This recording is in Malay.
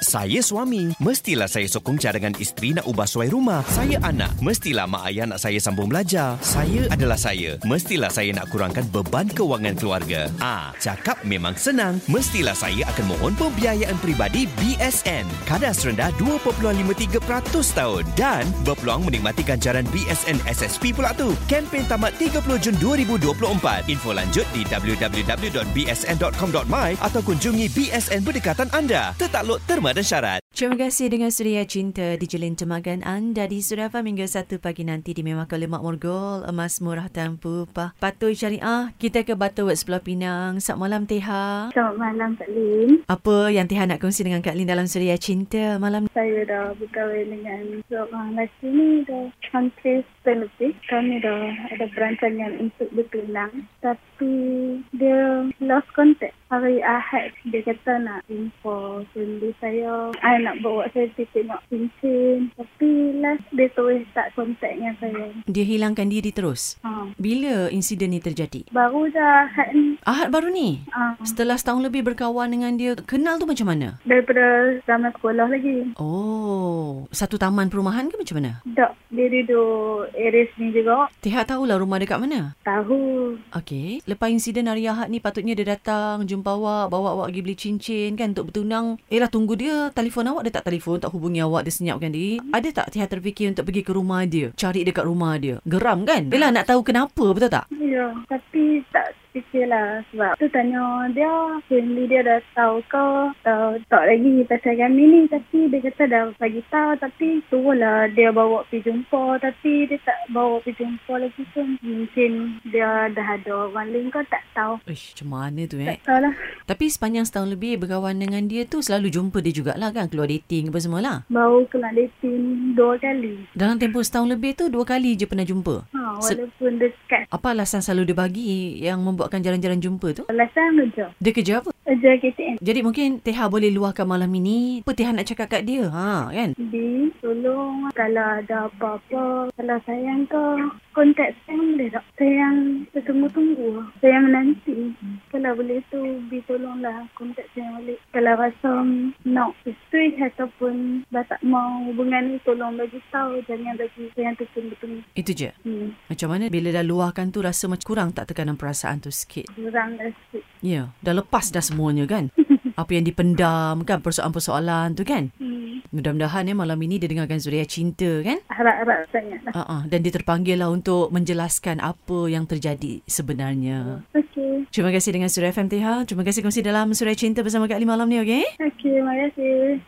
Saya suami, mestilah saya sokong cadangan isteri nak ubah suai rumah. Saya anak, mestilah mak ayah nak saya sambung belajar. Saya adalah saya, mestilah saya nak kurangkan beban kewangan keluarga. Ah, cakap memang senang. Mestilah saya akan mohon pembiayaan peribadi BSN. Kadar rendah 2.53% tahun dan berpeluang menikmati ganjaran BSN SSP pula tu. Kempen tamat 30 Jun 2024. Info lanjut di www.bsn.com.my atau kunjungi BSN berdekatan anda. Tertakluk terma dan syarat. Terima kasih dengan Suria Cinta dijalin temagan anda di Surafam hingga 1 pagi nanti dimewahkan oleh Mak Morgol, emas murah tanpa upah. Patuh syariah, kita ke Batu Wet Sebelah Pinang. Selamat malam Teha. Selamat malam Kak Lin. Apa yang Teha nak kongsi dengan Kak Lin dalam Suria Cinta malam ni? Saya dah berkahwin dengan seorang lelaki ni dah hampir setahun lebih. Kami dah ada perancangan untuk bertunang. Tapi dia lost contact. Hari Ahad dia kata nak info family saya. I nak bawa saya pergi tengok cincin. Tapi last dia terus tak contact dengan saya. Dia hilangkan diri terus. Ha. Bila insiden ni terjadi? Baru dah Ahad ni. Ahad baru ni? Ha. Setelah setahun lebih berkawan dengan dia, kenal tu macam mana? Daripada zaman sekolah lagi. Oh, satu taman perumahan ke macam mana? Tak, dia duduk area sini juga. Teha tahulah rumah dekat mana? Tahu. Okey, lepas insiden hari Ahad ni patutnya dia datang jumpa awak, bawa awak pergi beli cincin kan untuk bertunang. Eh lah tunggu dia, telefon awak dia tak telefon, tak hubungi awak, dia senyapkan diri. Ada tak Tia terfikir untuk pergi ke rumah dia, cari dekat rumah dia? Geram kan? Eh lah nak tahu kenapa betul tak? Ya, tapi tak fikir lah sebab tu tanya dia, family dia dah tahu ke tahu tak lagi pasal kami ni tapi dia kata dah bagi tahu tapi suruh lah dia bawa pergi jumpa tapi dia tak bawa pergi jumpa lagi tu mungkin dia dah ada orang lain ke tak tahu Ish, macam mana tu tak eh? tahu lah Tapi sepanjang setahun lebih berkawan dengan dia tu selalu jumpa dia jugalah kan, keluar dating apa semualah. baru kena dating dua kali Dalam tempoh setahun lebih tu dua kali je pernah jumpa. ha, Se- walaupun dekat Apa alasan selalu dia bagi yang membuatkan jalan-jalan jumpa tu? alasan kerja Dia kerja apa? kerja KTN Jadi mungkin Teha boleh luahkan malam ini apa Teha nak cakap kat dia. Ha kan? Di, tolong kalau ada apa-apa, kalau sayang ke, kontak saya boleh tak? Sayang tertunggu-tunggu, sayang nanti. Kalau boleh tu, Bi tolonglah kontak saya balik. Kalau rasa nak isteri ataupun dah tak mau hubungan ni, tolong bagi tahu. Jangan bagi sayang tertunggu-tunggu. Itu je. Hmm, Macam mana bila dah luahkan tu rasa macam kurang tak tekanan perasaan tu sikit. kurang lah asyik. Ya, yeah, dah lepas dah semuanya kan. Apa yang dipendam kan persoalan-persoalan tu kan. Hmm, Mudah-mudahan eh malam ini dia dengarkan Zuria Cinta kan. harap-harap sangat lah. Uh-uh, dan dia terpanggil lah untuk menjelaskan apa yang terjadi sebenarnya. Okey, Terima kasih dengan Suria FM Teha. Terima kasih kongsi dalam Suria Cinta bersama Kak Ali malam ni, okey? okey, terima kasih.